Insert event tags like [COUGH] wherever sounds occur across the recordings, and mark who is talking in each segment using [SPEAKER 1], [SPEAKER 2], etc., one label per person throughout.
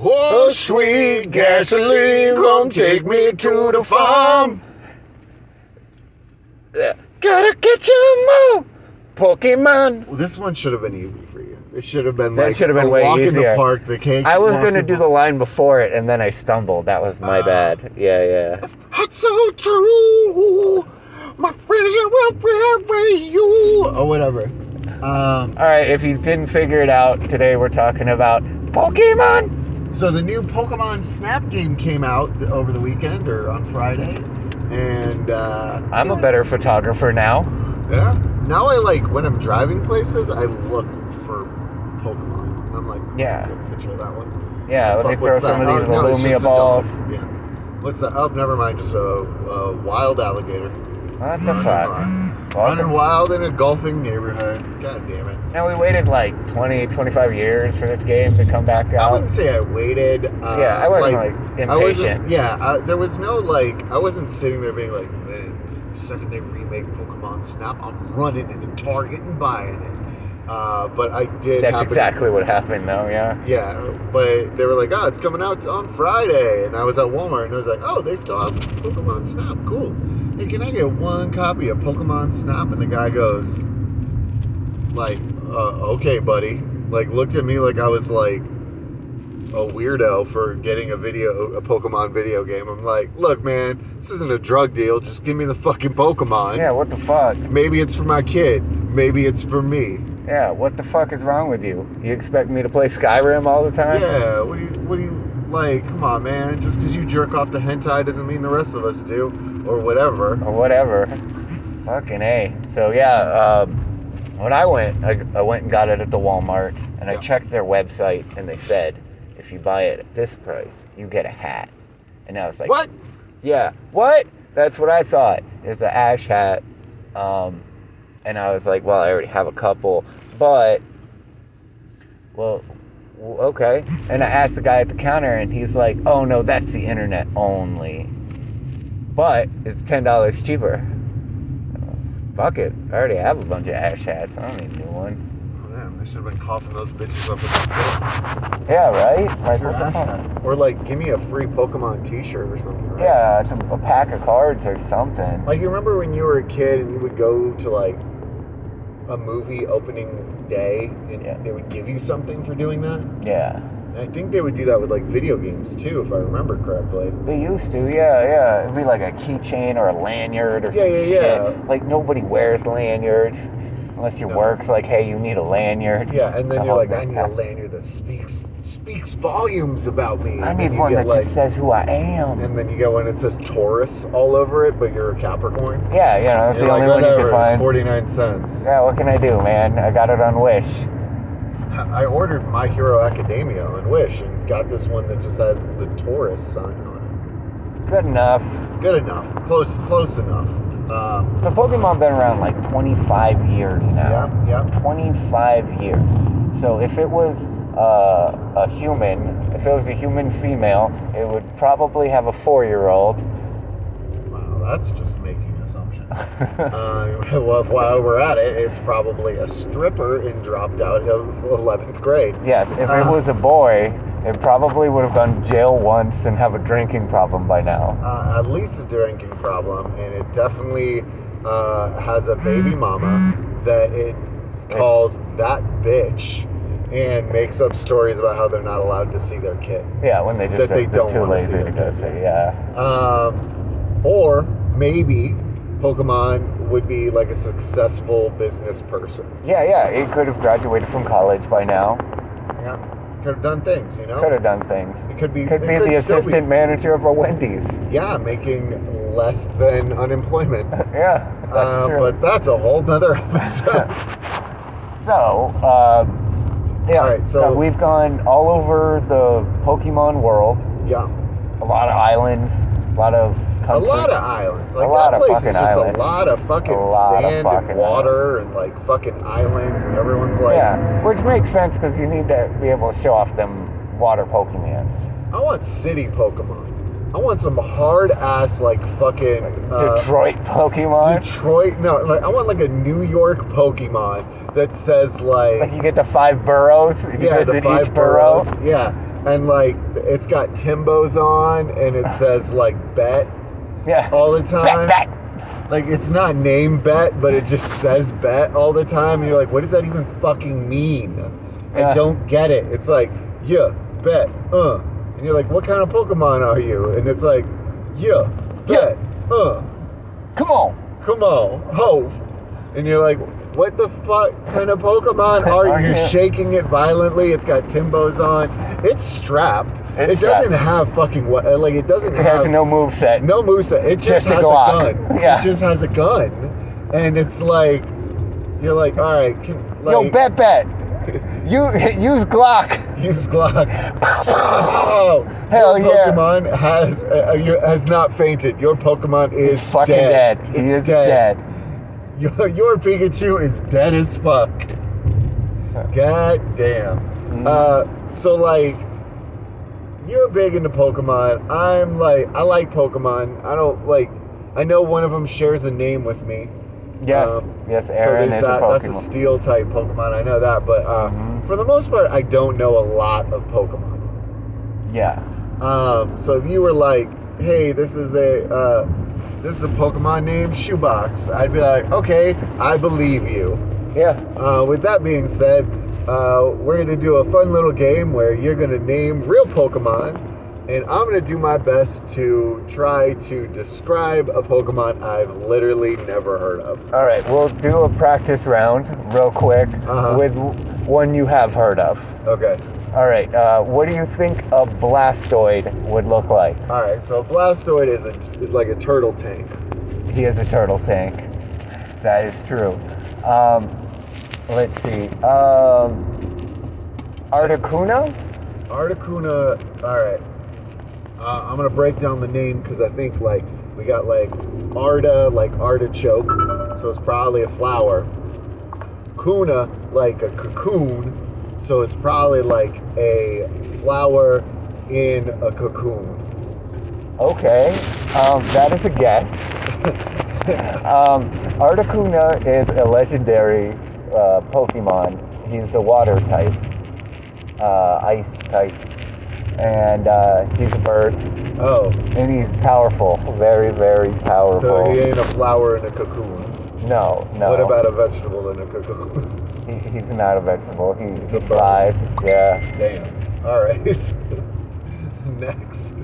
[SPEAKER 1] Oh, sweet gasoline, gonna take me to the farm. Yeah. Gotta catch 'em all, Pokemon.
[SPEAKER 2] Well, this one should have been easy for you. It should have been
[SPEAKER 1] That
[SPEAKER 2] like
[SPEAKER 1] should have been
[SPEAKER 2] a
[SPEAKER 1] way
[SPEAKER 2] walk in the
[SPEAKER 1] easier.
[SPEAKER 2] park. The cake.
[SPEAKER 1] I was
[SPEAKER 2] walk
[SPEAKER 1] gonna
[SPEAKER 2] in
[SPEAKER 1] do
[SPEAKER 2] park.
[SPEAKER 1] the line before it, and then I stumbled. That was my
[SPEAKER 2] Ah.
[SPEAKER 1] bad. Yeah, yeah.
[SPEAKER 2] That's so true. My friends will be you. Or whatever. Um,
[SPEAKER 1] All right, if you didn't figure it out, today we're talking about Pokemon.
[SPEAKER 2] so the new Pokemon Snap game came out over the weekend or on Friday, and uh,
[SPEAKER 1] I'm a better photographer now.
[SPEAKER 2] yeah. Now I like when I'm driving places, I look for Pokemon. And I'm like, "Oh,
[SPEAKER 1] Yeah.
[SPEAKER 2] I can Picture that one.
[SPEAKER 1] Yeah, let
[SPEAKER 2] Fuck,
[SPEAKER 1] me throw
[SPEAKER 2] what's
[SPEAKER 1] some
[SPEAKER 2] that?
[SPEAKER 1] of these
[SPEAKER 2] Oh, no, it's
[SPEAKER 1] Lumia
[SPEAKER 2] just a
[SPEAKER 1] balls.
[SPEAKER 2] dog. Yeah. What's that? Oh, never mind. Just a, a wild alligator.
[SPEAKER 1] What
[SPEAKER 2] Running
[SPEAKER 1] the fuck?
[SPEAKER 2] wild.
[SPEAKER 1] Welcome.
[SPEAKER 2] Mm-hmm. Running wild in a golfing neighborhood. God damn it.
[SPEAKER 1] Now we waited like 20, 25 years for this game to come back
[SPEAKER 2] I
[SPEAKER 1] out.
[SPEAKER 2] wouldn't say I waited. Uh,
[SPEAKER 1] Yeah, I wasn't, like,
[SPEAKER 2] I wasn't-
[SPEAKER 1] impatient.
[SPEAKER 2] yeah, I, there was no like. I wasn't sitting there being like, man, the second they remake Pokemon Snap, I'm running it and Target and buying it. Uh, but I did.
[SPEAKER 1] That's
[SPEAKER 2] happen-
[SPEAKER 1] exactly what happened, though. Yeah.
[SPEAKER 2] Yeah, but they were like, oh, it's coming out on Friday, and I was at Walmart and I was like, oh, they still have Pokemon Snap. Cool. Hey, can I get one copy of Pokemon Snap? And the guy goes, like, uh, okay, buddy. Like, looked at me like I was like a weirdo for getting a video, a Pokemon video game. I'm like, look, man, this isn't a drug deal. Just give me the fucking Pokemon.
[SPEAKER 1] Yeah. What the fuck?
[SPEAKER 2] Maybe it's for my kid. Maybe it's for me.
[SPEAKER 1] Yeah. What the fuck is wrong with you? You expect me to play Skyrim all the time?
[SPEAKER 2] Yeah, what do you, what do you, like, come on, man. Just because you jerk off to hentai doesn't mean the rest of us do, or whatever.
[SPEAKER 1] or whatever. Fucking a. So yeah, um, when I went, I, I went and got it at the Walmart, and I
[SPEAKER 2] Yeah.
[SPEAKER 1] checked their website, and they said if you buy it at this price, you get a hat. And I was like,
[SPEAKER 2] what?
[SPEAKER 1] Yeah. What? That's what I thought. It's an ash hat. Um, and I was like, well, I already have a couple, but well, w- okay. And I asked the guy at the counter, and he's like, oh no, that's the internet only. But it's ten dollars cheaper. Fuck it. I already have a bunch of ash hats. I don't need a new one.
[SPEAKER 2] Oh, damn, they should have been coughing those bitches up with
[SPEAKER 1] Yeah, right? Like, what the fuck? [LAUGHS]
[SPEAKER 2] this Or, like, give me a free Pokemon t shirt or something, right?
[SPEAKER 1] Yeah, it's a, a pack of cards or something.
[SPEAKER 2] Like, you remember when you were a kid and you would go to, like, a movie opening day and
[SPEAKER 1] Yeah.
[SPEAKER 2] they would give you something for doing that?
[SPEAKER 1] Yeah.
[SPEAKER 2] And I think they would do that with, like, video games, too, if I remember correctly.
[SPEAKER 1] They used to, yeah, yeah. It'd be like a keychain or a lanyard or
[SPEAKER 2] Yeah,
[SPEAKER 1] some
[SPEAKER 2] yeah,
[SPEAKER 1] shit.
[SPEAKER 2] yeah.
[SPEAKER 1] Like nobody wears lanyards unless your
[SPEAKER 2] No.
[SPEAKER 1] work's like, hey, you need a lanyard.
[SPEAKER 2] Yeah, and then
[SPEAKER 1] I
[SPEAKER 2] you're
[SPEAKER 1] love
[SPEAKER 2] like, I
[SPEAKER 1] this
[SPEAKER 2] need
[SPEAKER 1] guy.
[SPEAKER 2] a lanyard that speaks speaks volumes about me.
[SPEAKER 1] I
[SPEAKER 2] And then
[SPEAKER 1] need
[SPEAKER 2] you
[SPEAKER 1] one
[SPEAKER 2] get,
[SPEAKER 1] that just says who I am.
[SPEAKER 2] And then you get one that says Taurus all over it, but you're a Capricorn.
[SPEAKER 1] yeah, you know, that's
[SPEAKER 2] You're
[SPEAKER 1] the
[SPEAKER 2] like,
[SPEAKER 1] only one you
[SPEAKER 2] whatever,
[SPEAKER 1] can
[SPEAKER 2] it's
[SPEAKER 1] find.
[SPEAKER 2] 49 cents.
[SPEAKER 1] Yeah, what can I do, man? I got it on Wish.
[SPEAKER 2] I ordered My Hero Academia on Wish and got this one that just has the Taurus sign on
[SPEAKER 1] Good enough.
[SPEAKER 2] it. Good enough. Close close enough. Um,
[SPEAKER 1] So Pokemon been around like 25 years now.
[SPEAKER 2] yeah, yeah.
[SPEAKER 1] 25 years. So if it was uh, a human, if it was a human female, it would probably have a
[SPEAKER 2] [LAUGHS]
[SPEAKER 1] four-year-old.
[SPEAKER 2] Wow, that's just making
[SPEAKER 1] [LAUGHS]
[SPEAKER 2] assumptions. uh, [LAUGHS] well, while we're at it, it's probably a stripper and dropped out of 11th grade.
[SPEAKER 1] Yes, if it
[SPEAKER 2] Uh.
[SPEAKER 1] was a boy, it probably would have gone to jail once and have a drinking problem by now.
[SPEAKER 2] uh, at least a drinking problem, and it definitely uh, has a baby mama that it calls that bitch and makes up stories about how they're not allowed to see their kid.
[SPEAKER 1] Yeah, when they just
[SPEAKER 2] That they
[SPEAKER 1] they're
[SPEAKER 2] don't
[SPEAKER 1] too
[SPEAKER 2] wanna see
[SPEAKER 1] lazy to
[SPEAKER 2] their
[SPEAKER 1] go
[SPEAKER 2] kids.
[SPEAKER 1] see. Yeah,
[SPEAKER 2] Um, or maybe Pokemon would be like a successful business person.
[SPEAKER 1] yeah, yeah. It could have graduated from college by now.
[SPEAKER 2] Yeah, could have done things, you know.
[SPEAKER 1] Could have done things.
[SPEAKER 2] It could be.
[SPEAKER 1] Could
[SPEAKER 2] it
[SPEAKER 1] be the
[SPEAKER 2] still
[SPEAKER 1] assistant manager of a Wendy's. [LAUGHS]
[SPEAKER 2] yeah, making less than unemployment.
[SPEAKER 1] yeah, [LAUGHS] that's
[SPEAKER 2] Uh,
[SPEAKER 1] true.
[SPEAKER 2] But that's a whole nother [LAUGHS]
[SPEAKER 1] [LAUGHS]
[SPEAKER 2] episode.
[SPEAKER 1] So, um, yeah.
[SPEAKER 2] All right, so-
[SPEAKER 1] we've gone all over the Pokemon world.
[SPEAKER 2] yeah.
[SPEAKER 1] A lot of islands. A lot of
[SPEAKER 2] A
[SPEAKER 1] countries.
[SPEAKER 2] lot of islands.
[SPEAKER 1] A
[SPEAKER 2] Like
[SPEAKER 1] lot
[SPEAKER 2] that
[SPEAKER 1] of
[SPEAKER 2] place is
[SPEAKER 1] fucking
[SPEAKER 2] just
[SPEAKER 1] islands.
[SPEAKER 2] a lot of fucking
[SPEAKER 1] A lot of
[SPEAKER 2] sand
[SPEAKER 1] fucking
[SPEAKER 2] and water and like fucking islands and everyone's like,
[SPEAKER 1] yeah, which makes sense because you need to be able to show off them water Pokemons.
[SPEAKER 2] I want city Pokemon. I want some hard ass like fucking uh,
[SPEAKER 1] Detroit Pokemon.
[SPEAKER 2] Detroit. No, like I want like a New York Pokemon that says like,
[SPEAKER 1] Like [LAUGHS] you get the five boroughs. You
[SPEAKER 2] yeah,
[SPEAKER 1] visit
[SPEAKER 2] the five
[SPEAKER 1] each borough.
[SPEAKER 2] boroughs. Yeah, and like it's got Timbo's on, and it says like bet
[SPEAKER 1] Yeah.
[SPEAKER 2] all the time.
[SPEAKER 1] Back, back.
[SPEAKER 2] Like it's not name bet, but it just says bet all the time. And you're like, what does that even fucking mean? I
[SPEAKER 1] Yeah.
[SPEAKER 2] don't get it. It's like, yeah, bet, uh. And you're like, what kind of Pokemon are you? And it's like, yeah,
[SPEAKER 1] Yeah.
[SPEAKER 2] bet, uh.
[SPEAKER 1] Come on.
[SPEAKER 2] Come on, ho. And you're like, what the fuck kind of Pokemon
[SPEAKER 1] [LAUGHS]
[SPEAKER 2] are
[SPEAKER 1] Are
[SPEAKER 2] you?
[SPEAKER 1] you?
[SPEAKER 2] shaking it violently. It's got Timbo's on. It's strapped.
[SPEAKER 1] It's
[SPEAKER 2] it doesn't
[SPEAKER 1] strapped.
[SPEAKER 2] have fucking what? Like it doesn't
[SPEAKER 1] It
[SPEAKER 2] have
[SPEAKER 1] has no moveset.
[SPEAKER 2] no Musa. It just,
[SPEAKER 1] Just a
[SPEAKER 2] has a,
[SPEAKER 1] Glock.
[SPEAKER 2] gun.
[SPEAKER 1] Yeah.
[SPEAKER 2] [LAUGHS] It just has a gun, and it's like you're like, all right, can, like,
[SPEAKER 1] Yo,
[SPEAKER 2] [LAUGHS]
[SPEAKER 1] bet, bet. You [LAUGHS] use Glock.
[SPEAKER 2] use
[SPEAKER 1] [LAUGHS]
[SPEAKER 2] Glock. Oh,
[SPEAKER 1] Hell
[SPEAKER 2] your
[SPEAKER 1] yeah.
[SPEAKER 2] Pokemon has uh, uh, you- has not fainted. Your Pokemon is
[SPEAKER 1] He's fucking dead. He
[SPEAKER 2] It's
[SPEAKER 1] is dead.
[SPEAKER 2] Your, your Pikachu is dead as fuck. God damn.
[SPEAKER 1] Mhm.
[SPEAKER 2] Uh, so like, you're big into Pokemon. I'm like, I like Pokemon. I don't like. I know one of them shares a name with me.
[SPEAKER 1] Yes.
[SPEAKER 2] Um,
[SPEAKER 1] yes,
[SPEAKER 2] so
[SPEAKER 1] Aaron
[SPEAKER 2] there's
[SPEAKER 1] is
[SPEAKER 2] that.
[SPEAKER 1] a Pokemon.
[SPEAKER 2] That's a Steel type Pokemon. I know that, but uh,
[SPEAKER 1] Mhm.
[SPEAKER 2] for the most part, I don't know a lot of Pokemon.
[SPEAKER 1] yeah.
[SPEAKER 2] Um, so if you were like, hey, this is a uh, this is a Pokemon named Shoebox, I'd be like, okay, I believe you.
[SPEAKER 1] Yeah.
[SPEAKER 2] Uh, with that being said, uh, we're gonna do a fun little game where you're gonna name real Pokemon, and I'm gonna do my best to try to describe a Pokemon I've literally never heard of.
[SPEAKER 1] All right, we'll do a practice round real quick
[SPEAKER 2] Uh-huh.
[SPEAKER 1] with one you have heard of.
[SPEAKER 2] Okay.
[SPEAKER 1] All right, uh, what do you think a Blastoid would look like?
[SPEAKER 2] All right. So Blastoid is a is like a turtle tank.
[SPEAKER 1] He is a turtle tank. That is true. Um, let's see. Um, Articuno?
[SPEAKER 2] Articuno. All right. Uh, I'm gonna break down the name because I think like we got like Arda, like artichoke, so it's probably a flower. Kuna, like a cocoon, so it's probably like a flower in a cocoon. [LAUGHS]
[SPEAKER 1] Okay, um, that is a guess. [LAUGHS] Um, Articuno is a legendary uh, Pokemon. He's the water type, uh, ice type, and uh, he's a bird,
[SPEAKER 2] oh,
[SPEAKER 1] and he's powerful, very, very powerful.
[SPEAKER 2] so he ain't a flower in a cocoon.
[SPEAKER 1] no, no.
[SPEAKER 2] What about a vegetable in a cocoon? [LAUGHS]
[SPEAKER 1] He, he's not a vegetable. He,
[SPEAKER 2] He's a
[SPEAKER 1] he
[SPEAKER 2] bird.
[SPEAKER 1] flies. Yeah.
[SPEAKER 2] Damn. All right. [LAUGHS] Next.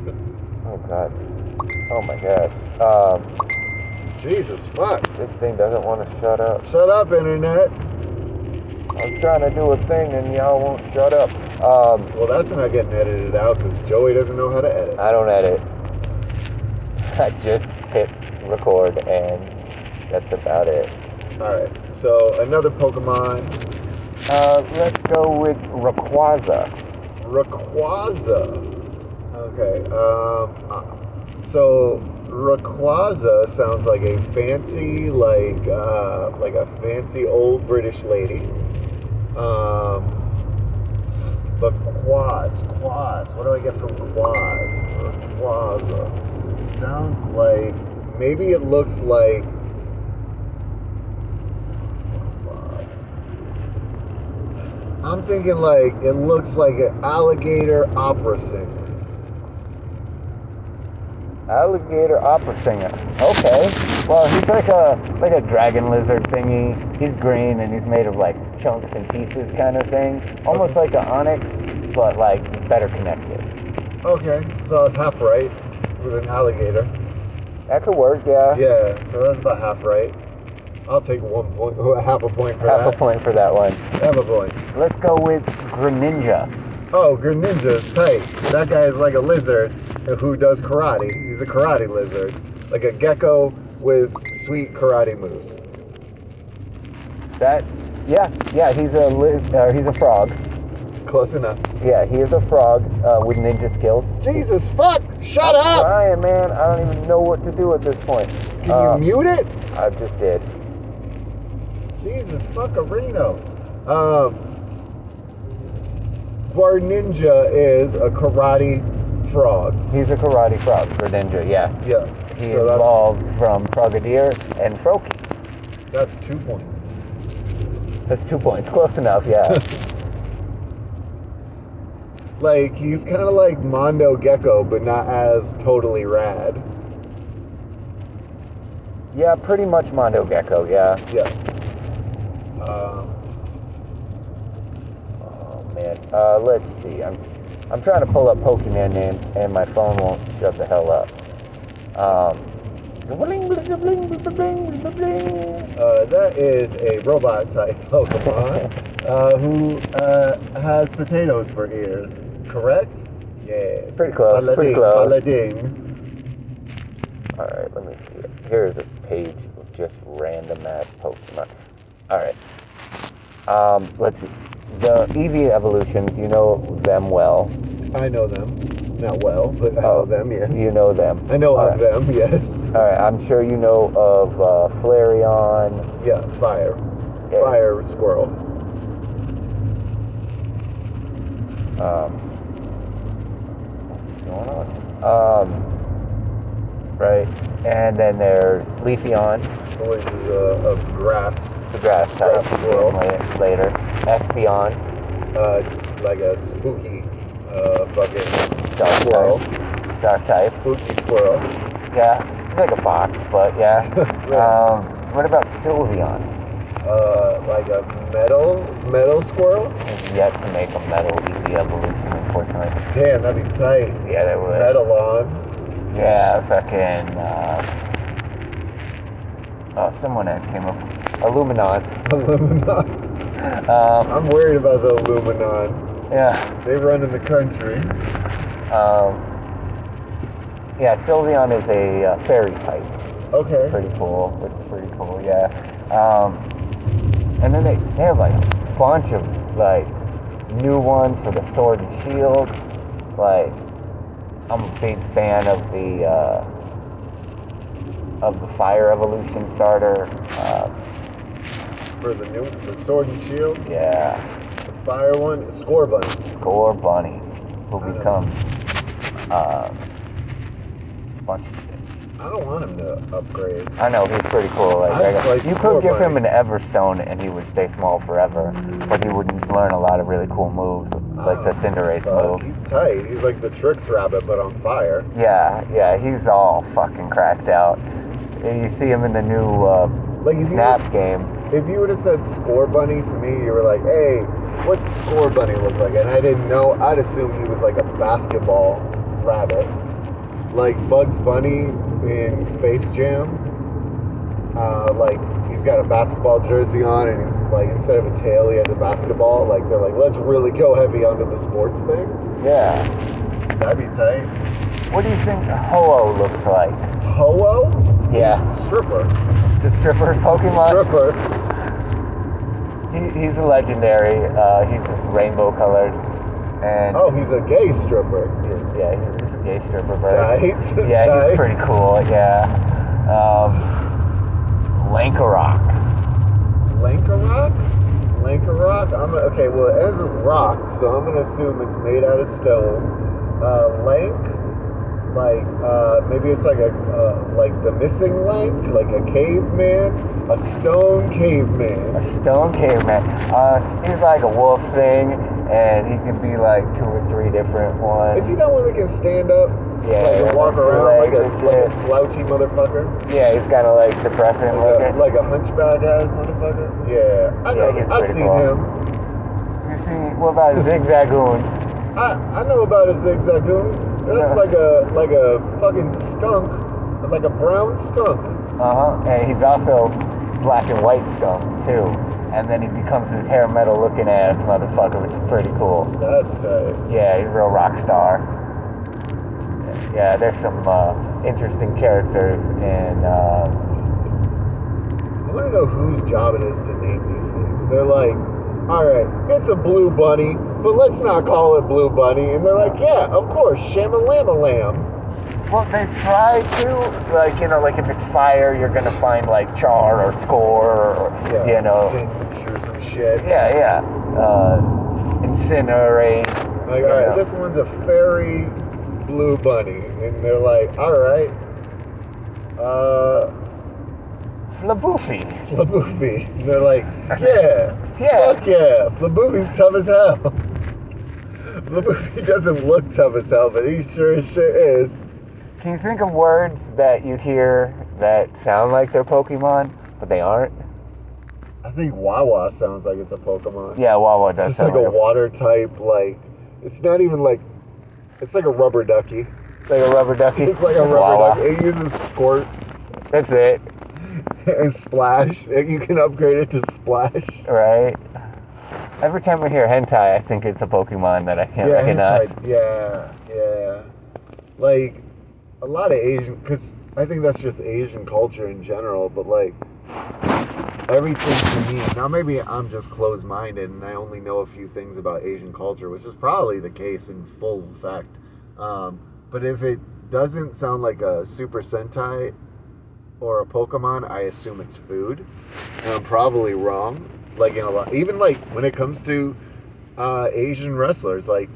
[SPEAKER 1] Oh god. Oh my gosh. Um,
[SPEAKER 2] Jesus fuck.
[SPEAKER 1] this thing doesn't want to shut up.
[SPEAKER 2] Shut up, internet.
[SPEAKER 1] I was trying to do a thing and y'all won't shut up. Um,
[SPEAKER 2] Well, that's not getting edited out because Joey doesn't know how to edit.
[SPEAKER 1] I don't edit. I just hit record and that's about it.
[SPEAKER 2] All right. So another Pokemon,
[SPEAKER 1] Uh, let's go with Rayquaza.
[SPEAKER 2] Rayquaza. Okay. Um. uh, So Rayquaza sounds like a fancy, like uh, like a fancy old British lady. Um. But Quaz, Quaz. What do I get from Quaz? Rayquaza. Sounds like maybe it looks like. Quaz. I'm thinking like it looks like an alligator opera singer.
[SPEAKER 1] Alligator opera singer. Okay. Well, he's like a like a dragon lizard thingy. He's green and he's made of like chunks and pieces kind of thing. Almost like an onyx, but like better connected.
[SPEAKER 2] Okay, so I was half right with an alligator.
[SPEAKER 1] That could work, yeah.
[SPEAKER 2] Yeah, so that's about half right. I'll take one point, [LAUGHS] half a point for
[SPEAKER 1] Half
[SPEAKER 2] that.
[SPEAKER 1] a point for that one.
[SPEAKER 2] Half a point.
[SPEAKER 1] Let's go with Greninja.
[SPEAKER 2] Oh, Greninja is tight. That guy is like a lizard who does karate. He's a karate lizard, like a gecko with sweet karate moves.
[SPEAKER 1] That, yeah, yeah. He's a liz- uh, he's a frog.
[SPEAKER 2] Close enough.
[SPEAKER 1] Yeah, he is a frog uh, with ninja skills.
[SPEAKER 2] Jesus fuck! Shut
[SPEAKER 1] I'm
[SPEAKER 2] up!
[SPEAKER 1] Trying, man. I don't even know what to do at this point.
[SPEAKER 2] Can
[SPEAKER 1] Uh,
[SPEAKER 2] you mute it?
[SPEAKER 1] I just did.
[SPEAKER 2] Jesus fuckerino. Um, Ninja is a karate frog.
[SPEAKER 1] He's a karate frog, Greninja. Yeah.
[SPEAKER 2] Yeah.
[SPEAKER 1] He
[SPEAKER 2] so that's,
[SPEAKER 1] evolves from Frogadier and Froakie.
[SPEAKER 2] that's two points.
[SPEAKER 1] [LAUGHS]
[SPEAKER 2] [LAUGHS]
[SPEAKER 1] That's two points. Close enough, yeah.
[SPEAKER 2] Like he's kind of like Mondo Gecko, but not as totally rad.
[SPEAKER 1] Yeah, pretty much Mondo Gecko, yeah.
[SPEAKER 2] Yeah. Um,
[SPEAKER 1] Oh man. Uh, let's see. I'm I'm trying to pull up Pokemon names and my phone won't shut the hell up. Um
[SPEAKER 2] uh, that is a robot type Pokemon uh, who uh, has potatoes for ears. Correct? Yes.
[SPEAKER 1] Pretty close,
[SPEAKER 2] Palading,
[SPEAKER 1] pretty close.
[SPEAKER 2] Palading.
[SPEAKER 1] Alright, let me see. Here's a page of just random ass Pokemon. Alright. Um, let's see. The EV evolutions, you know them well. Uh,
[SPEAKER 2] I know them. Not well, but I know
[SPEAKER 1] Oh,
[SPEAKER 2] them. Yes.
[SPEAKER 1] You know them.
[SPEAKER 2] I know
[SPEAKER 1] All
[SPEAKER 2] of
[SPEAKER 1] right.
[SPEAKER 2] them. Yes.
[SPEAKER 1] All right, I'm sure you know of uh, Flareon.
[SPEAKER 2] Yeah. Fire.
[SPEAKER 1] Okay.
[SPEAKER 2] Fire squirrel.
[SPEAKER 1] Um, what's going on? Um, right, and then there's Leafeon,
[SPEAKER 2] Which is a, uh, a grass
[SPEAKER 1] the grass type.
[SPEAKER 2] Grass squirrel.
[SPEAKER 1] la- Later, Espeon,
[SPEAKER 2] uh, like a spooky uh, fucking
[SPEAKER 1] dark
[SPEAKER 2] squirrel.
[SPEAKER 1] type. Dark type.
[SPEAKER 2] Spooky squirrel.
[SPEAKER 1] Yeah, it's like a fox, but [LAUGHS] yeah. um, what about Sylveon?
[SPEAKER 2] Uh, like a metal metal squirrel.
[SPEAKER 1] He's yet to make a metal EV evolution, unfortunately.
[SPEAKER 2] Damn, that'd be tight.
[SPEAKER 1] Yeah, that would.
[SPEAKER 2] Metal [LAUGHS] on.
[SPEAKER 1] Yeah, fucking. Uh, oh, someone that came up. Illuminon.
[SPEAKER 2] Illuminon.
[SPEAKER 1] Um,
[SPEAKER 2] I'm worried about the Illuminon.
[SPEAKER 1] yeah.
[SPEAKER 2] They run in the country.
[SPEAKER 1] Um, yeah, Sylveon is a uh, fairy type.
[SPEAKER 2] Okay.
[SPEAKER 1] Pretty cool. It's pretty cool, yeah. Um, and then they, they have like a bunch of like new ones for the sword and shield. Like, I'm a big fan of the uh, of the fire evolution starter. Uh,
[SPEAKER 2] For the new the sword and shield,
[SPEAKER 1] yeah.
[SPEAKER 2] the fire one, score button.
[SPEAKER 1] Score Bunny, who
[SPEAKER 2] Nice.
[SPEAKER 1] becomes uh, bunch of shit.
[SPEAKER 2] I don't want him to upgrade.
[SPEAKER 1] I know he's pretty cool. Like,
[SPEAKER 2] I just
[SPEAKER 1] regular-
[SPEAKER 2] like
[SPEAKER 1] you
[SPEAKER 2] Score
[SPEAKER 1] could give him an
[SPEAKER 2] Bunny.
[SPEAKER 1] Everstone and he would stay small forever, but he wouldn't learn a lot of really cool moves, like the
[SPEAKER 2] Oh,
[SPEAKER 1] Cinderace
[SPEAKER 2] fuck,
[SPEAKER 1] move.
[SPEAKER 2] He's tight. He's like the tricks rabbit, but on fire.
[SPEAKER 1] Yeah, yeah, he's all fucking cracked out. You see him in the new uh,
[SPEAKER 2] Like he's
[SPEAKER 1] Snap game.
[SPEAKER 2] If you would have said score bunny to me, you were like, hey, what's score bunny look like? And I didn't know. I'd assume he was like a basketball rabbit. Like Bugs Bunny in Space Jam. Uh, like, he's got a basketball jersey on, and he's like, instead of a tail, he has a basketball. Like, they're like, let's really go heavy onto the sports thing.
[SPEAKER 1] Yeah.
[SPEAKER 2] That'd be tight.
[SPEAKER 1] What do you think Ho-Oh looks like?
[SPEAKER 2] Ho-Oh?
[SPEAKER 1] Yeah.
[SPEAKER 2] Stripper.
[SPEAKER 1] The stripper Pokemon.
[SPEAKER 2] Stripper.
[SPEAKER 1] He, he's a legendary. Uh, he's rainbow colored, and
[SPEAKER 2] Oh, he's a gay stripper.
[SPEAKER 1] Yeah, he's, he's a gay stripper, right?
[SPEAKER 2] Tight.
[SPEAKER 1] Yeah,
[SPEAKER 2] [LAUGHS] Tight.
[SPEAKER 1] he's pretty cool. Yeah. Um, Lankarock.
[SPEAKER 2] Lankarock? Lankarock? I'm gonna, okay, well, it ends with rock, so I'm gonna assume it's made out of stone. Uh, lank? Like, uh, maybe it's like a, uh, like the missing lank? Like a caveman? A stone caveman.
[SPEAKER 1] A stone caveman. Uh, he's like a wolf thing, and he can be like two or three different ones.
[SPEAKER 2] Is he that one that can stand up?
[SPEAKER 1] Yeah,
[SPEAKER 2] Like, and walk
[SPEAKER 1] like
[SPEAKER 2] around like
[SPEAKER 1] legs
[SPEAKER 2] a,
[SPEAKER 1] and
[SPEAKER 2] like a
[SPEAKER 1] shit.
[SPEAKER 2] slouchy motherfucker?
[SPEAKER 1] Yeah, he's kind of like depressing
[SPEAKER 2] Like a,
[SPEAKER 1] looking.
[SPEAKER 2] like a hunchback ass motherfucker? Yeah, I
[SPEAKER 1] Yeah,
[SPEAKER 2] know.
[SPEAKER 1] he's
[SPEAKER 2] I've
[SPEAKER 1] pretty
[SPEAKER 2] seen
[SPEAKER 1] cool.
[SPEAKER 2] him.
[SPEAKER 1] you see, what about Zigzagoon?
[SPEAKER 2] I, I know about a zigzagoon. That's
[SPEAKER 1] Yeah.
[SPEAKER 2] like a like a fucking skunk, like a brown skunk.
[SPEAKER 1] Uh huh. And he's also black and white skunk too. And then he becomes this hair metal looking ass motherfucker, which is pretty cool.
[SPEAKER 2] That's tight.
[SPEAKER 1] Yeah, he's a real rock star. Yeah, there's some uh, interesting characters in. Uh,
[SPEAKER 2] I want to know whose job it is to name these things. They're like, all right, it's a blue bunny, but let's not call it blue bunny. And they're like, yeah, of course, shamalama lamb.
[SPEAKER 1] well, they try to like you know like if it's fire, you're gonna find like char or score or you know
[SPEAKER 2] singe or some shit.
[SPEAKER 1] yeah yeah uh, incinerate.
[SPEAKER 2] Like,
[SPEAKER 1] you
[SPEAKER 2] all right,
[SPEAKER 1] know.
[SPEAKER 2] this one's a fairy blue bunny, and they're like, all right, uh.
[SPEAKER 1] Flaboofy.
[SPEAKER 2] Flaboofy. And they're like, yeah,
[SPEAKER 1] Yeah.
[SPEAKER 2] fuck yeah, Flaboofy's tough as hell. Labuffy doesn't look tough as hell, but he sure as shit is.
[SPEAKER 1] Can you think of words that you hear that sound like they're Pokemon, but they aren't?
[SPEAKER 2] I think Wawa sounds like it's a Pokemon.
[SPEAKER 1] Yeah, Wawa
[SPEAKER 2] It's
[SPEAKER 1] does
[SPEAKER 2] just like
[SPEAKER 1] sound
[SPEAKER 2] a water type, like it's not even like it's like a rubber ducky.
[SPEAKER 1] like a rubber
[SPEAKER 2] [LAUGHS]
[SPEAKER 1] ducky.
[SPEAKER 2] It's like a
[SPEAKER 1] Just
[SPEAKER 2] rubber
[SPEAKER 1] Wawa.
[SPEAKER 2] ducky. It uses squirt [LAUGHS]
[SPEAKER 1] That's it,
[SPEAKER 2] and splash. You can upgrade it to splash.
[SPEAKER 1] right? Every time I hear hentai, I think it's a Pokemon that I uh, can't
[SPEAKER 2] yeah,
[SPEAKER 1] recognize.
[SPEAKER 2] hentai. yeah, yeah. Like a lot of Asian, because I think that's just Asian culture in general. But like everything to me now, maybe I'm just closed-minded and I only know a few things about Asian culture, which is probably the case in full effect. Um, but if it doesn't sound like a Super Sentai or a Pokemon, I assume it's food. And I'm probably wrong. Like in a lot, even like when it comes to uh, Asian wrestlers, like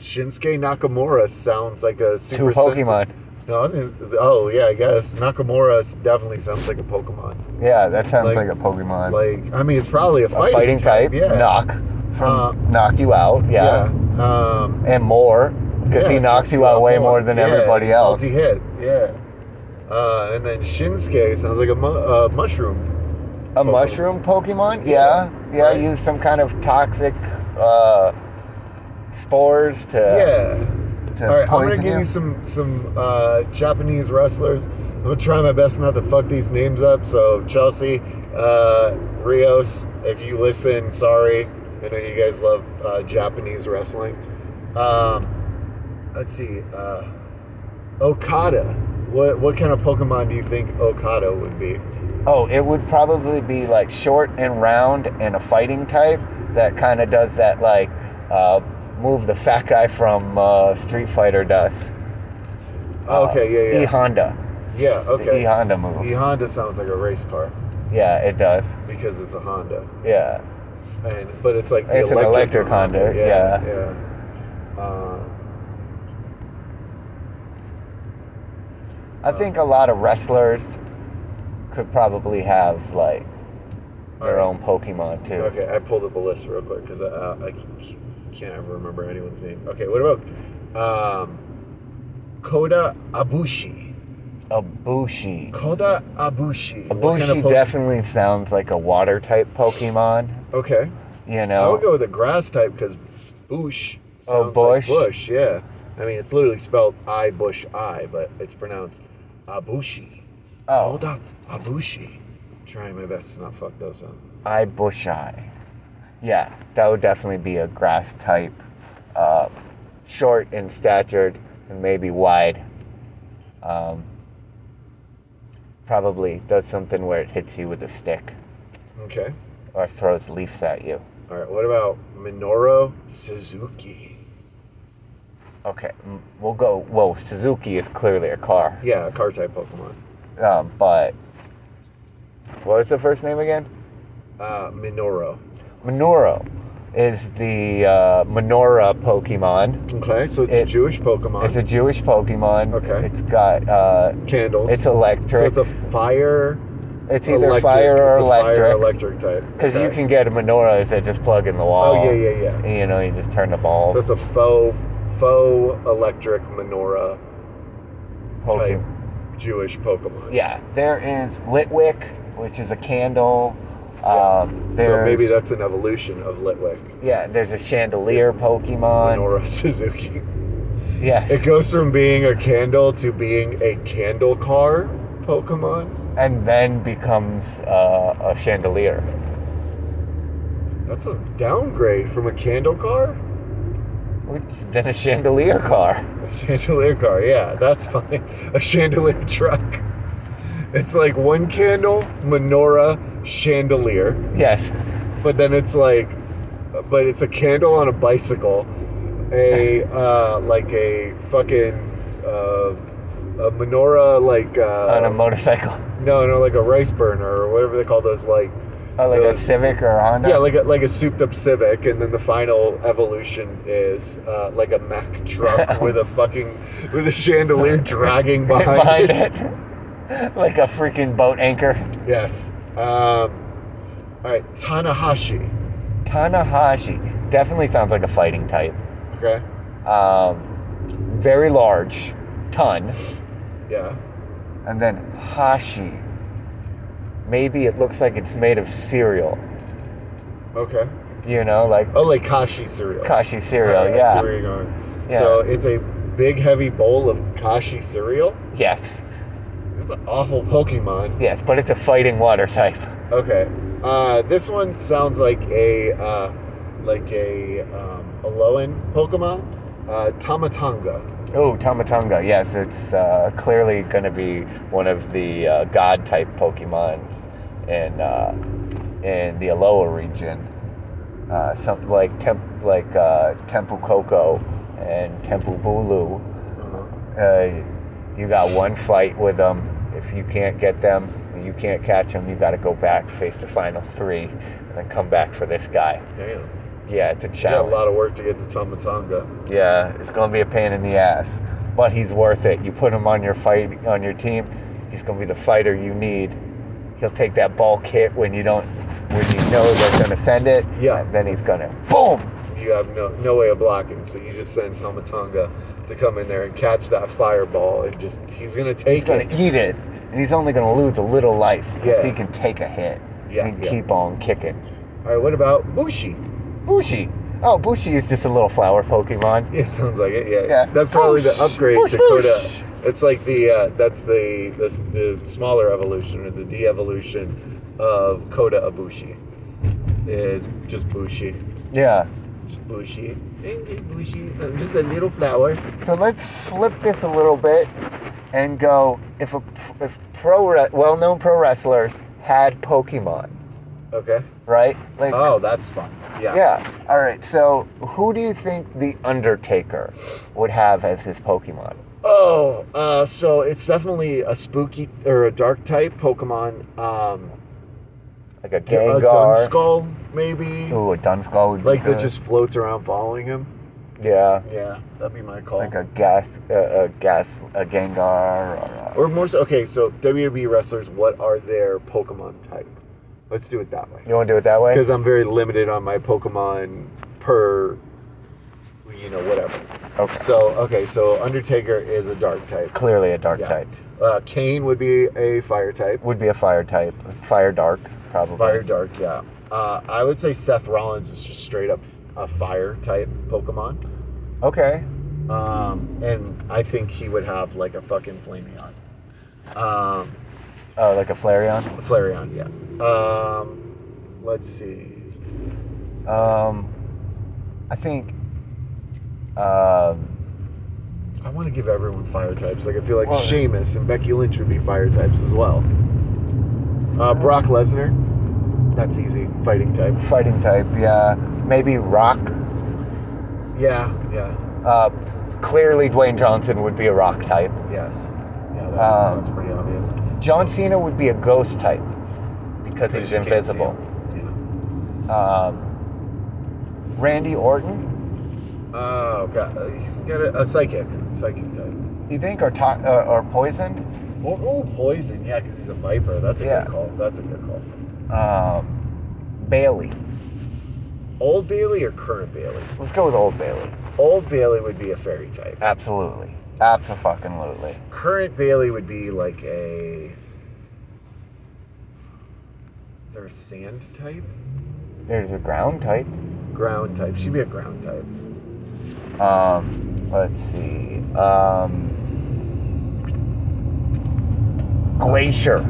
[SPEAKER 2] Shinsuke Nakamura sounds like a
[SPEAKER 1] Two
[SPEAKER 2] Super Sen-
[SPEAKER 1] Pokemon.
[SPEAKER 2] No, I was gonna, oh yeah, I guess Nakamura s- definitely sounds like a Pokemon.
[SPEAKER 1] Yeah, that sounds
[SPEAKER 2] Like-
[SPEAKER 1] like, a Pokemon.
[SPEAKER 2] Like I mean, it's probably a
[SPEAKER 1] a fighting,
[SPEAKER 2] fighting,
[SPEAKER 1] type,
[SPEAKER 2] Yeah.
[SPEAKER 1] knock,
[SPEAKER 2] Uh,
[SPEAKER 1] from knock you out, yeah,
[SPEAKER 2] yeah. Um,
[SPEAKER 1] and more, because
[SPEAKER 2] Yeah,
[SPEAKER 1] he knocks you out way more than
[SPEAKER 2] yeah,
[SPEAKER 1] everybody else.
[SPEAKER 2] Multi-hit, yeah. Uh, and then Shinsuke sounds like a mu- uh, mushroom.
[SPEAKER 1] A mushroom Pokemon?
[SPEAKER 2] Yeah,
[SPEAKER 1] Yeah. Yeah,
[SPEAKER 2] right.
[SPEAKER 1] use some kind of toxic uh, spores to,
[SPEAKER 2] yeah.
[SPEAKER 1] to
[SPEAKER 2] All right, I'm gonna
[SPEAKER 1] poison
[SPEAKER 2] give you
[SPEAKER 1] you.
[SPEAKER 2] some some uh, Japanese wrestlers. I'm gonna try my best not to fuck these names up. So Chelsea, uh, Rios, if you listen, sorry. I know you guys love uh, Japanese wrestling. Um, let's see, uh, Okada. What what kind of Pokemon do you think Okada would be?
[SPEAKER 1] Oh, it would probably be like short and round and a fighting type that kind of does that like uh, move the fat guy from uh, Street Fighter does.
[SPEAKER 2] Oh,
[SPEAKER 1] Uh,
[SPEAKER 2] okay, yeah,
[SPEAKER 1] E
[SPEAKER 2] yeah,
[SPEAKER 1] Honda.
[SPEAKER 2] yeah.
[SPEAKER 1] The E
[SPEAKER 2] Okay,
[SPEAKER 1] Honda move.
[SPEAKER 2] E Honda sounds like a race car
[SPEAKER 1] yeah, it does.
[SPEAKER 2] because it's a Honda.
[SPEAKER 1] Yeah.
[SPEAKER 2] and but it's like the
[SPEAKER 1] It's an electric Honda,
[SPEAKER 2] yeah.
[SPEAKER 1] yeah.
[SPEAKER 2] yeah. Uh,
[SPEAKER 1] I think a lot of wrestlers could probably have like their
[SPEAKER 2] Alright.
[SPEAKER 1] own Pokemon too.
[SPEAKER 2] okay, I pulled up a list real quick because I, I, I can't ever remember anyone's name. Okay, what about um, Koda Abushi?
[SPEAKER 1] A Bushi.
[SPEAKER 2] Koda Abushi.
[SPEAKER 1] A
[SPEAKER 2] What
[SPEAKER 1] Bushi
[SPEAKER 2] kind of Poke-
[SPEAKER 1] definitely sounds like a water type Pokemon.
[SPEAKER 2] Okay,
[SPEAKER 1] You
[SPEAKER 2] I would
[SPEAKER 1] know,
[SPEAKER 2] go with a grass type because Bush.
[SPEAKER 1] Oh,
[SPEAKER 2] sounds
[SPEAKER 1] bush?
[SPEAKER 2] Like bush, yeah. I mean, it's literally spelled I Bush I, but it's pronounced Abushi. Hold
[SPEAKER 1] oh,
[SPEAKER 2] up, Abushi. Trying my best to not fuck those up.
[SPEAKER 1] I Bush Eye. Yeah, that would definitely be a grass type, uh, short in statured and maybe wide. Um, probably does something where it hits you with a stick
[SPEAKER 2] Okay.
[SPEAKER 1] or throws leaves at you.
[SPEAKER 2] All right. What about Minoru Suzuki?
[SPEAKER 1] Okay, m- we'll go. Well, Suzuki is clearly a car,
[SPEAKER 2] Yeah, a car type Pokemon.
[SPEAKER 1] um, but what was the first name again?
[SPEAKER 2] Uh, Minoru.
[SPEAKER 1] Minoru is the uh, Minora Pokemon.
[SPEAKER 2] Okay, so it's a
[SPEAKER 1] It-
[SPEAKER 2] Jewish Pokemon.
[SPEAKER 1] It's a Jewish Pokemon.
[SPEAKER 2] Okay.
[SPEAKER 1] It's got uh,
[SPEAKER 2] candles.
[SPEAKER 1] it's electric.
[SPEAKER 2] So it's a fire.
[SPEAKER 1] It's either
[SPEAKER 2] electric-
[SPEAKER 1] fire or
[SPEAKER 2] it's a Fire
[SPEAKER 1] electric.
[SPEAKER 2] electric type.
[SPEAKER 1] Because
[SPEAKER 2] Okay.
[SPEAKER 1] you can get menorahs that just plug in the wall.
[SPEAKER 2] Oh yeah, yeah, yeah.
[SPEAKER 1] You know, you just turn the ball.
[SPEAKER 2] So it's a faux, faux electric menorah type
[SPEAKER 1] Pokemon.
[SPEAKER 2] Jewish Pokemon.
[SPEAKER 1] Yeah, there is Litwick, which is a candle. Um,
[SPEAKER 2] So maybe
[SPEAKER 1] there's-
[SPEAKER 2] that's an evolution of Litwick.
[SPEAKER 1] Yeah, there's a chandelier
[SPEAKER 2] It's
[SPEAKER 1] Pokemon.
[SPEAKER 2] Minoru [LAUGHS] Suzuki.
[SPEAKER 1] Yes.
[SPEAKER 2] It goes from being a candle to being a candle car Pokemon.
[SPEAKER 1] and then becomes uh, a chandelier.
[SPEAKER 2] That's a downgrade from a candle car.
[SPEAKER 1] Which then a chandelier car.
[SPEAKER 2] A chandelier car, yeah, that's fine. A chandelier truck. It's like one candle, menorah, chandelier,
[SPEAKER 1] Yes.
[SPEAKER 2] but then it's like, but it's a candle on a bicycle,
[SPEAKER 1] [LAUGHS]
[SPEAKER 2] a uh, like a fucking uh, a menorah like uh,
[SPEAKER 1] on a motorcycle.
[SPEAKER 2] no no like a rice burner or whatever they call those like
[SPEAKER 1] Oh, like a
[SPEAKER 2] those-
[SPEAKER 1] Civic or a Honda?
[SPEAKER 2] Yeah, like a, like a souped up Civic, and then the final evolution is uh, like a Mack
[SPEAKER 1] [LAUGHS]
[SPEAKER 2] truck with a fucking with a chandelier dragging behind,
[SPEAKER 1] behind it. like a freaking boat anchor.
[SPEAKER 2] [LAUGHS] Yes. Um, all right, Tanahashi.
[SPEAKER 1] Tanahashi. Definitely sounds like a fighting type.
[SPEAKER 2] Okay.
[SPEAKER 1] um, very large ton,
[SPEAKER 2] Yeah.
[SPEAKER 1] and then hashi. Maybe it looks like it's made of cereal.
[SPEAKER 2] Okay.
[SPEAKER 1] You know, like
[SPEAKER 2] Oh, like kashi cereal.
[SPEAKER 1] Kashi cereal,
[SPEAKER 2] Alright, I see
[SPEAKER 1] yeah.
[SPEAKER 2] where you're going.
[SPEAKER 1] Yeah.
[SPEAKER 2] So it's a big, heavy bowl of kashi cereal.
[SPEAKER 1] Yes,
[SPEAKER 2] That's an awful Pokemon.
[SPEAKER 1] yes, but it's a fighting water type.
[SPEAKER 2] Okay. Uh, this one sounds like a uh, like a um, Alolan Pokemon. Uh, Tamatanga.
[SPEAKER 1] Oh, Tamatunga. Yes, it's uh, clearly going to be one of the uh, god type Pokemons in uh, in the Alola region. Uh, something like Temp- like uh, Tempu Koko and Tempu Bulu.
[SPEAKER 2] Uh-huh.
[SPEAKER 1] Uh, you got one fight with them. If you can't get them, you can't catch them. You got to go back, face the final three, and then come back for this guy.
[SPEAKER 2] Damn.
[SPEAKER 1] Yeah, it's
[SPEAKER 2] You
[SPEAKER 1] a
[SPEAKER 2] got a
[SPEAKER 1] challenge.
[SPEAKER 2] lot of work to get to Tamatanga.
[SPEAKER 1] Yeah, it's gonna be a pain in the ass, but he's worth it. You put him on your fight on your team, he's gonna be the fighter you need. He'll take that bulk hit when you don't, when you know they're gonna send it.
[SPEAKER 2] Yeah.
[SPEAKER 1] And then he's gonna boom.
[SPEAKER 2] You have no no way of blocking, so you just send Tamatanga to come in there and catch that fireball, and just he's gonna take
[SPEAKER 1] He's gonna
[SPEAKER 2] it.
[SPEAKER 1] eat it, and he's only gonna lose a little life because
[SPEAKER 2] Yeah.
[SPEAKER 1] he can take a hit
[SPEAKER 2] Yeah,
[SPEAKER 1] and
[SPEAKER 2] yeah.
[SPEAKER 1] keep on kicking.
[SPEAKER 2] All right. What about Bushi?
[SPEAKER 1] Bushi. Oh, Bushi is just a little flower Pokemon.
[SPEAKER 2] Yeah, sounds like it. Yeah,
[SPEAKER 1] Yeah.
[SPEAKER 2] that's probably the
[SPEAKER 1] Whoosh,
[SPEAKER 2] upgrade
[SPEAKER 1] whoosh,
[SPEAKER 2] to
[SPEAKER 1] whoosh.
[SPEAKER 2] Coda. It's like the uh, that's the, the the smaller evolution or the de-evolution of Coda Abushi. Is just Bushi,
[SPEAKER 1] Yeah.
[SPEAKER 2] just Bushi, Thank you, Bushi. I'm just a little flower.
[SPEAKER 1] So let's flip this a little bit and go if a if pro re- well-known pro wrestlers had Pokemon,
[SPEAKER 2] Okay.
[SPEAKER 1] right? Like
[SPEAKER 2] Oh, that's fun. Yeah.
[SPEAKER 1] yeah. All right. So who do you think the Undertaker would have as his Pokemon?
[SPEAKER 2] Oh, uh, so it's definitely a spooky or a dark type Pokemon. Um,
[SPEAKER 1] Like a
[SPEAKER 2] a
[SPEAKER 1] Gengar.
[SPEAKER 2] Dunskull, maybe.
[SPEAKER 1] Ooh, a Dunskull would be
[SPEAKER 2] Like that
[SPEAKER 1] good.
[SPEAKER 2] just floats around following him.
[SPEAKER 1] yeah.
[SPEAKER 2] Yeah, that'd be my call.
[SPEAKER 1] Like a gas, uh, a gas, a Gengar, or
[SPEAKER 2] Or more so, okay, so WWE wrestlers, what are their Pokemon type? Let's do it that way.
[SPEAKER 1] a, you want to do it that way?
[SPEAKER 2] Because I'm very limited on my Pokemon per, you know, whatever.
[SPEAKER 1] Okay.
[SPEAKER 2] So, okay, so Undertaker is a dark type.
[SPEAKER 1] Clearly a dark
[SPEAKER 2] Yeah.
[SPEAKER 1] type.
[SPEAKER 2] Uh, Kane would be a fire type.
[SPEAKER 1] Would be a fire type. Fire dark, probably.
[SPEAKER 2] Fire dark, yeah. Uh, I would say Seth Rollins is just straight up a fire type Pokemon.
[SPEAKER 1] Okay.
[SPEAKER 2] Um, and I think he would have like a fucking Flameon. Um,
[SPEAKER 1] Oh, like a Flareon.
[SPEAKER 2] Flareon, yeah. Um, let's see.
[SPEAKER 1] Um, I think. Um,
[SPEAKER 2] I want to give everyone fire types. Like I feel like
[SPEAKER 1] Well,
[SPEAKER 2] Sheamus and Becky Lynch would be fire types as well. Uh, Brock Lesnar, that's easy. Fighting type.
[SPEAKER 1] fighting type, yeah. Maybe Rock.
[SPEAKER 2] Yeah, yeah,
[SPEAKER 1] Uh, clearly, Dwayne Johnson would be a Rock type.
[SPEAKER 2] yes. Yeah, that's,
[SPEAKER 1] Um,
[SPEAKER 2] that's pretty obvious.
[SPEAKER 1] John Cena would be a Ghost type because he's
[SPEAKER 2] you can't see
[SPEAKER 1] invisible.
[SPEAKER 2] him.
[SPEAKER 1] Um, Randy
[SPEAKER 2] Yeah.
[SPEAKER 1] Orton,
[SPEAKER 2] Oh god, uh, he's got a, a psychic, psychic type.
[SPEAKER 1] you think, or to- or, or poisoned?
[SPEAKER 2] Or, or poison, yeah, because he's a viper. That's a
[SPEAKER 1] Yeah.
[SPEAKER 2] good call. That's a good call.
[SPEAKER 1] Um, Bailey.
[SPEAKER 2] Old Bailey or current Bailey?
[SPEAKER 1] Let's go with Old Bailey.
[SPEAKER 2] Old Bailey would be a fairy type.
[SPEAKER 1] Absolutely. Absolutely.
[SPEAKER 2] current Bailey would be like a. Is there a sand type?
[SPEAKER 1] There's a ground type.
[SPEAKER 2] Ground type. She'd be a ground type.
[SPEAKER 1] Um, let's see. Um, Glacier,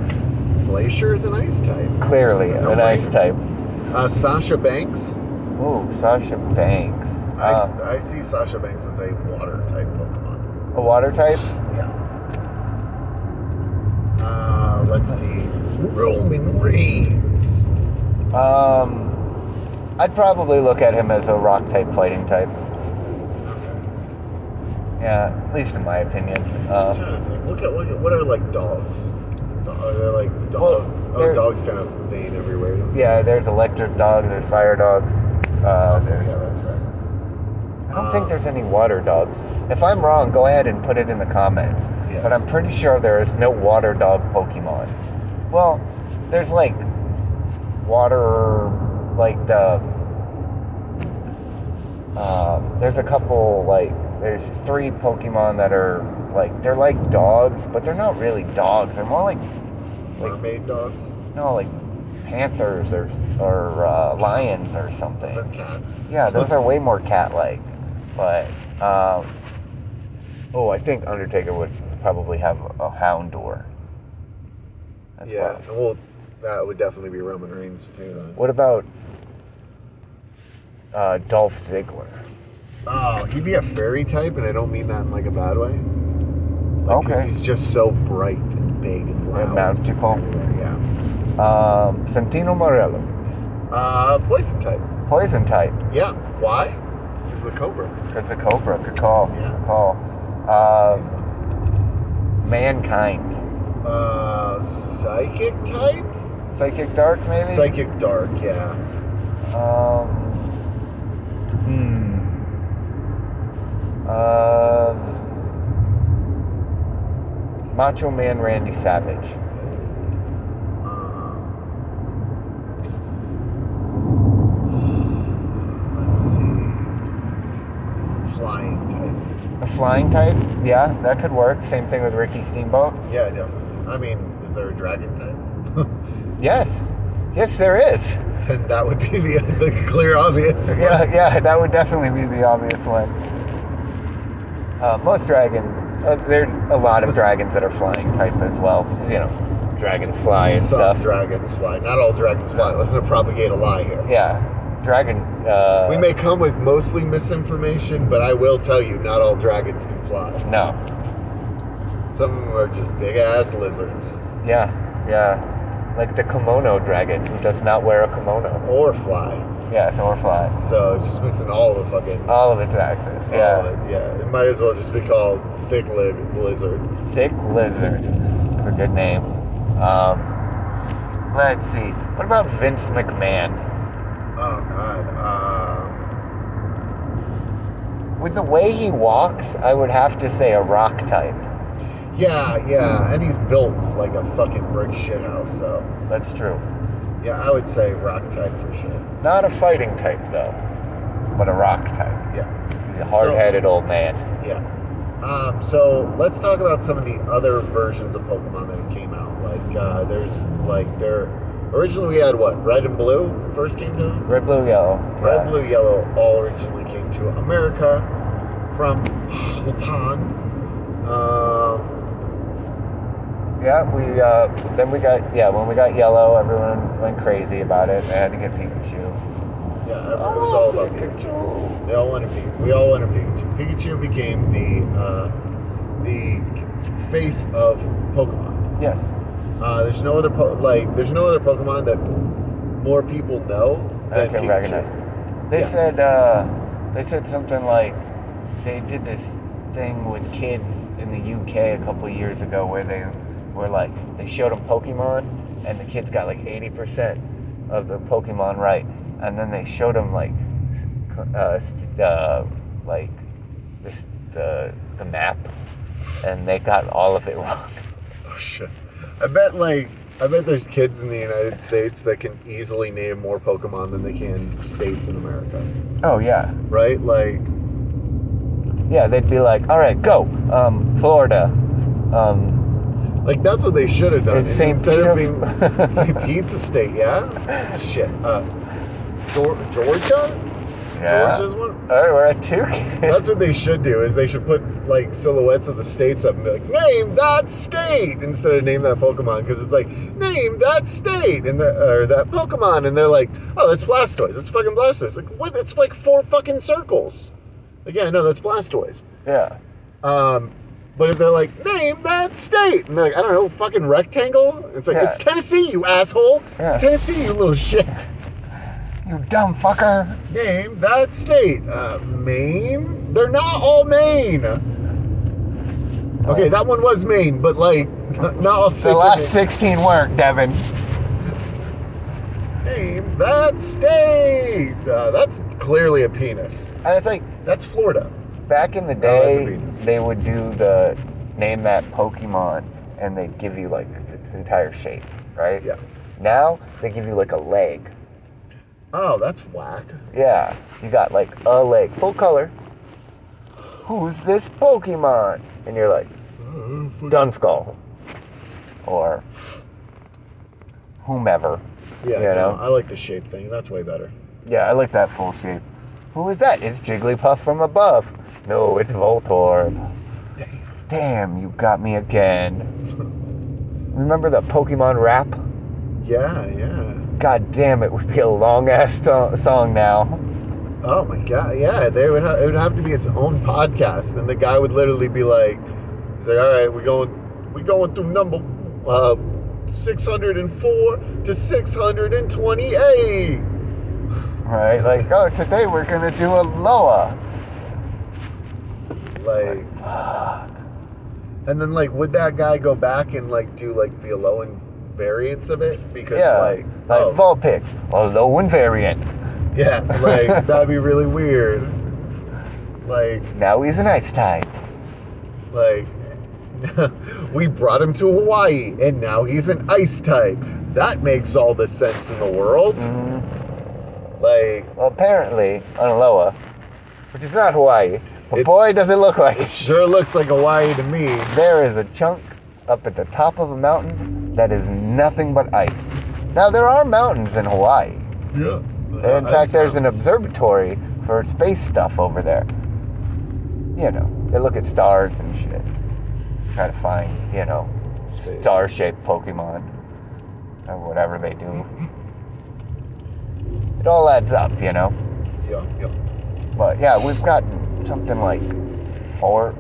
[SPEAKER 2] Glacier is an ice type.
[SPEAKER 1] clearly
[SPEAKER 2] It's a
[SPEAKER 1] an ice
[SPEAKER 2] no-brainer.
[SPEAKER 1] type.
[SPEAKER 2] Uh, Sasha Banks.
[SPEAKER 1] Ooh, Sasha Banks.
[SPEAKER 2] I s
[SPEAKER 1] Uh,
[SPEAKER 2] I I, see Sasha Banks as a water type Pokemon.
[SPEAKER 1] a water type.
[SPEAKER 2] Yeah. Uh, let's see. Roman Reigns.
[SPEAKER 1] Uh. Um, I'd probably look at him as a rock type, fighting type. Yeah, at least in my opinion.
[SPEAKER 2] I'm trying
[SPEAKER 1] Um,
[SPEAKER 2] to think. Look at, look at what are like dogs? Do- Are they like dog?
[SPEAKER 1] Well,
[SPEAKER 2] oh,
[SPEAKER 1] they're-
[SPEAKER 2] dogs kind of vain everywhere. don't they?
[SPEAKER 1] yeah, there's electric dogs. There's fire dogs. Uh, there's
[SPEAKER 2] Yeah, that's right.
[SPEAKER 1] I don't think there's any water dogs. If I'm wrong, go ahead and put it in the comments.
[SPEAKER 2] Yes.
[SPEAKER 1] But I'm pretty sure there is no water dog Pokemon. Well, there's like water, like the. Um, there's a couple like there's three Pokemon that are like they're like dogs, but they're not really dogs. They're more like like
[SPEAKER 2] Mermaid dogs.
[SPEAKER 1] no like panthers or or uh, lions or something.
[SPEAKER 2] They're cats.
[SPEAKER 1] Yeah, those are way more cat-like. But um, oh, I think Undertaker would probably have a Houndour. That's
[SPEAKER 2] yeah.
[SPEAKER 1] wild.
[SPEAKER 2] Well, that would definitely be Roman Reigns too. Then.
[SPEAKER 1] What about uh, Dolph Ziggler?
[SPEAKER 2] Oh, he'd be a fairy type, and I don't mean that in like a bad way. Like, 'cause
[SPEAKER 1] Okay.
[SPEAKER 2] He's just so bright and big and loud.
[SPEAKER 1] And magical.
[SPEAKER 2] Yeah.
[SPEAKER 1] Um, Santino Morello,
[SPEAKER 2] Uh, poison type.
[SPEAKER 1] poison type.
[SPEAKER 2] Yeah. Why? He's the Cobra.
[SPEAKER 1] Because the Cobra. Good call.
[SPEAKER 2] Yeah.
[SPEAKER 1] Good call. Uh, mankind.
[SPEAKER 2] Uh, psychic type.
[SPEAKER 1] Psychic Dark, maybe?
[SPEAKER 2] Psychic dark. Yeah.
[SPEAKER 1] Um, hmm. Uh, Macho Man Randy Savage.
[SPEAKER 2] Um, let's see. Um, Flying type.
[SPEAKER 1] A flying type? Yeah, that could work. Same thing with Ricky Steamboat.
[SPEAKER 2] Yeah, definitely. I mean, is there a dragon type? [LAUGHS]
[SPEAKER 1] Yes. Yes, there is.
[SPEAKER 2] then that would be the, [LAUGHS] the clear obvious one.
[SPEAKER 1] Yeah, yeah, that would definitely be the obvious one. Uh, most dragon, uh, there's a lot [LAUGHS] of dragons that are flying type as well. 'cause, You know, dragons fly and
[SPEAKER 2] Some
[SPEAKER 1] stuff.
[SPEAKER 2] dragons fly. Not all dragons fly. Let's not propagate a lie here.
[SPEAKER 1] yeah, dragon. Uh,
[SPEAKER 2] We may come with mostly misinformation, but I will tell you, not all dragons can fly.
[SPEAKER 1] no.
[SPEAKER 2] Some of them are just big ass lizards
[SPEAKER 1] Yeah, yeah, like the kimono dragon who does not wear a kimono.
[SPEAKER 2] or fly.
[SPEAKER 1] Yes, or fly.
[SPEAKER 2] So it's just missing all the fucking.
[SPEAKER 1] All of its accents.
[SPEAKER 2] all
[SPEAKER 1] Yeah,
[SPEAKER 2] of it, yeah. It might as well just be called thick leg lizard.
[SPEAKER 1] thick lizard. It's a good name. Um, let's see. What about Vince McMahon?
[SPEAKER 2] Oh god.
[SPEAKER 1] With the way he walks, I would have to say a rock type.
[SPEAKER 2] Um, yeah, yeah, and he's built like a fucking brick shit house. So
[SPEAKER 1] That's true.
[SPEAKER 2] yeah, I would say rock type for sure.
[SPEAKER 1] Not a fighting type though, but a rock type.
[SPEAKER 2] Yeah.
[SPEAKER 1] He's a hard-headed old man.
[SPEAKER 2] Yeah. Um, so let's talk about some of the other versions of Pokemon that came out. Like uh, there's like there originally we had what red and blue first came to
[SPEAKER 1] Red, blue, yellow.
[SPEAKER 2] red,
[SPEAKER 1] Yeah.
[SPEAKER 2] blue, yellow all originally came to America from Japan. Um,
[SPEAKER 1] Yeah, we uh, then we got yeah when we got yellow, everyone went crazy about it. They had to get Pikachu.
[SPEAKER 2] yeah, it was all about Pikachu. They all wanted Pikachu. We all wanted Pikachu. Pikachu became the uh, the face of Pokemon.
[SPEAKER 1] Yes.
[SPEAKER 2] Uh, there's no other po- like there's no other Pokemon that more people know
[SPEAKER 1] I
[SPEAKER 2] than
[SPEAKER 1] can
[SPEAKER 2] Pikachu.
[SPEAKER 1] recognize. They
[SPEAKER 2] Yeah.
[SPEAKER 1] said uh, they said something like they did this thing with kids in the UK a couple years ago where they were like they showed them Pokemon and the kids got like 80% of the Pokemon right, and then they showed them like s- c- uh, s- uh, like this the the map, and they got all of it [LAUGHS] wrong.
[SPEAKER 2] Oh shit! I bet like I bet there's kids in the United States that can easily name more Pokemon than they can states in America,
[SPEAKER 1] Oh yeah.
[SPEAKER 2] right? Like
[SPEAKER 1] Yeah, they'd be like, all right, go, um, Florida. Um,
[SPEAKER 2] like that's what they should have done.
[SPEAKER 1] Is
[SPEAKER 2] Is
[SPEAKER 1] Saint
[SPEAKER 2] instead of
[SPEAKER 1] Peter-
[SPEAKER 2] being St. Pete's a state, yeah. Shit. Uh, Geor- Georgia. Georgia's one.
[SPEAKER 1] All right, we're at two.
[SPEAKER 2] That's what they should do. Is they should put like silhouettes of the states up and be like, name that state instead of name that Pokemon because it's like name that state and the, or that Pokemon and they're like, oh, that's Blastoise. That's fucking Blastoise. Like what? It's like four fucking circles. Like yeah, no, that's Blastoise.
[SPEAKER 1] [LAUGHS] yeah.
[SPEAKER 2] Um, but if they're like name that state and they're like, I don't know, fucking rectangle. It's like
[SPEAKER 1] Yeah.
[SPEAKER 2] it's Tennessee, you asshole.
[SPEAKER 1] Yeah.
[SPEAKER 2] It's Tennessee, you little
[SPEAKER 1] [LAUGHS]
[SPEAKER 2] shit.
[SPEAKER 1] You dumb fucker.
[SPEAKER 2] Name that state. Uh, Maine? They're not all Maine. Okay, that one was Maine, but like, [LAUGHS] not all
[SPEAKER 1] The
[SPEAKER 2] states. are
[SPEAKER 1] last 16 work, Devin.
[SPEAKER 2] Maine. Name that state. Uh, that's clearly a penis.
[SPEAKER 1] And it's like
[SPEAKER 2] That's Florida.
[SPEAKER 1] back in the
[SPEAKER 2] that's a
[SPEAKER 1] day,
[SPEAKER 2] penis.
[SPEAKER 1] they would do the name that Pokemon, and they'd give you like its entire shape, right?
[SPEAKER 2] Yeah.
[SPEAKER 1] Now they give you like a leg.
[SPEAKER 2] Oh, that's whack.
[SPEAKER 1] Yeah, you got like a leg, full color. who's this Pokemon? And you're like, Dunskull. Or whomever.
[SPEAKER 2] Yeah,
[SPEAKER 1] you
[SPEAKER 2] no,
[SPEAKER 1] know?
[SPEAKER 2] I like the shape thing. That's way better.
[SPEAKER 1] Yeah, I like that full shape. Who is that? It's Jigglypuff from above. No, it's Voltorb. Damn, you got me again. Remember the Pokemon rap?
[SPEAKER 2] Yeah, yeah.
[SPEAKER 1] God damn, it would be a long ass to- song now.
[SPEAKER 2] Oh my god, yeah. They would. Ha- it would have to be its own podcast, and the guy would literally be like, "He's like, all right, we're going, we going through number uh, 604 to 628."
[SPEAKER 1] Right? Like, oh, today we're gonna do a Loa.
[SPEAKER 2] Like,
[SPEAKER 1] Fuck.
[SPEAKER 2] and then like, would that guy go back and like do like the Alolan variants of it? Because
[SPEAKER 1] yeah.
[SPEAKER 2] like,
[SPEAKER 1] Like,
[SPEAKER 2] oh,
[SPEAKER 1] Vulpix, a Loan variant.
[SPEAKER 2] yeah,
[SPEAKER 1] [LAUGHS]
[SPEAKER 2] like that'd be really weird. Like,
[SPEAKER 1] Now he's an ice type.
[SPEAKER 2] Like, [LAUGHS] we brought him to Hawaii, and now he's an ice type. That makes all the sense in the world.
[SPEAKER 1] Mm.
[SPEAKER 2] Mm-hmm. Like,
[SPEAKER 1] Well, apparently on Loa, which is not Hawaii, but
[SPEAKER 2] It's-
[SPEAKER 1] boy does it look like
[SPEAKER 2] it
[SPEAKER 1] it.
[SPEAKER 2] sure looks like Hawaii to me.
[SPEAKER 1] There is a chunk up at the top of a mountain that is nothing but ice. Now there are mountains in Hawaii.
[SPEAKER 2] Yeah.
[SPEAKER 1] in fact, there's an observatory for space stuff over there. You know, they look at stars and shit, try to find you know
[SPEAKER 2] Space.
[SPEAKER 1] star-shaped Pokemon or whatever they do. It all adds up, you know.
[SPEAKER 2] Yeah, yeah.
[SPEAKER 1] But yeah, we've got something like four,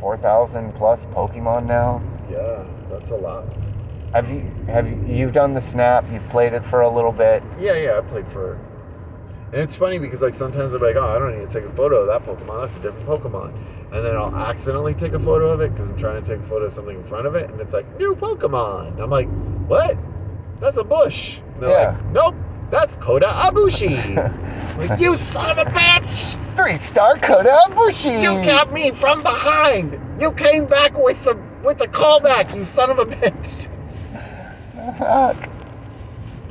[SPEAKER 1] four thousand plus Pokemon now.
[SPEAKER 2] Yeah, that's a lot.
[SPEAKER 1] Have you have you you've done the snap? You've played it for a little bit.
[SPEAKER 2] Yeah, yeah, I played for. And it's funny because, like, sometimes I'm like, oh, I don't need to take a photo of that Pokemon. That's a different Pokemon. And then I'll accidentally take a photo of it because I'm trying to take a photo of something in front of it. And it's like, new Pokemon. I'm like, what? That's a bush. And they're
[SPEAKER 1] Yeah.
[SPEAKER 2] like, nope, that's Kota Abushi. I'm like, you son of a bitch!
[SPEAKER 1] Three star Kota Ibushi.
[SPEAKER 2] You got me from behind! You came back with the with the callback, you son of a bitch!
[SPEAKER 1] Fuck. You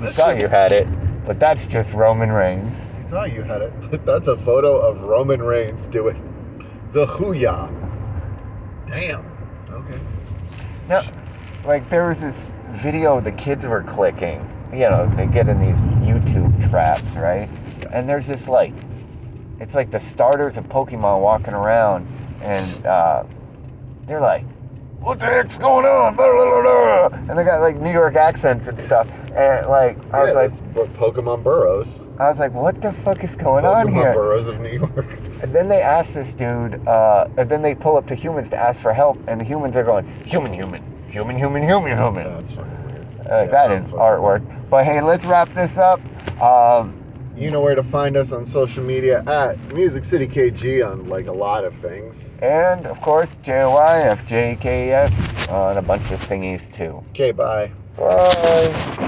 [SPEAKER 2] This
[SPEAKER 1] thought
[SPEAKER 2] shit-
[SPEAKER 1] you had it, but that's just Roman Reigns.
[SPEAKER 2] You thought you had it, [LAUGHS] but that's a photo of Roman Reigns doing the Huya. Damn. Okay.
[SPEAKER 1] No, like there was this video the kids were clicking. You know, they get in these YouTube traps, right? And there's this like, it's like the starters of Pokemon walking around, and uh, they're like, "What the heck's going on?" [LAUGHS] Blah, blah, blah, blah. And they got like New York accents and stuff. And like, I was
[SPEAKER 2] Yeah,
[SPEAKER 1] like,
[SPEAKER 2] that's Bu- Pokemon Burrows.
[SPEAKER 1] I was like, "What the fuck is going
[SPEAKER 2] Pokemon
[SPEAKER 1] on here?"
[SPEAKER 2] Burrows of New York.
[SPEAKER 1] And then they ask this dude, uh, and then they pull up to humans to ask for help, and the humans are going, human, human, human, human, human, human.
[SPEAKER 2] [LAUGHS] That's fucking weird.
[SPEAKER 1] Uh,
[SPEAKER 2] Yeah,
[SPEAKER 1] that is
[SPEAKER 2] fucking-
[SPEAKER 1] artwork. But hey, let's wrap this up. Um,
[SPEAKER 2] You know where to find us on social media at Music City KG on like a lot of things.
[SPEAKER 1] and of course, E JYFJKS on a bunch of thingies too.
[SPEAKER 2] Okay, bye.
[SPEAKER 1] Bye.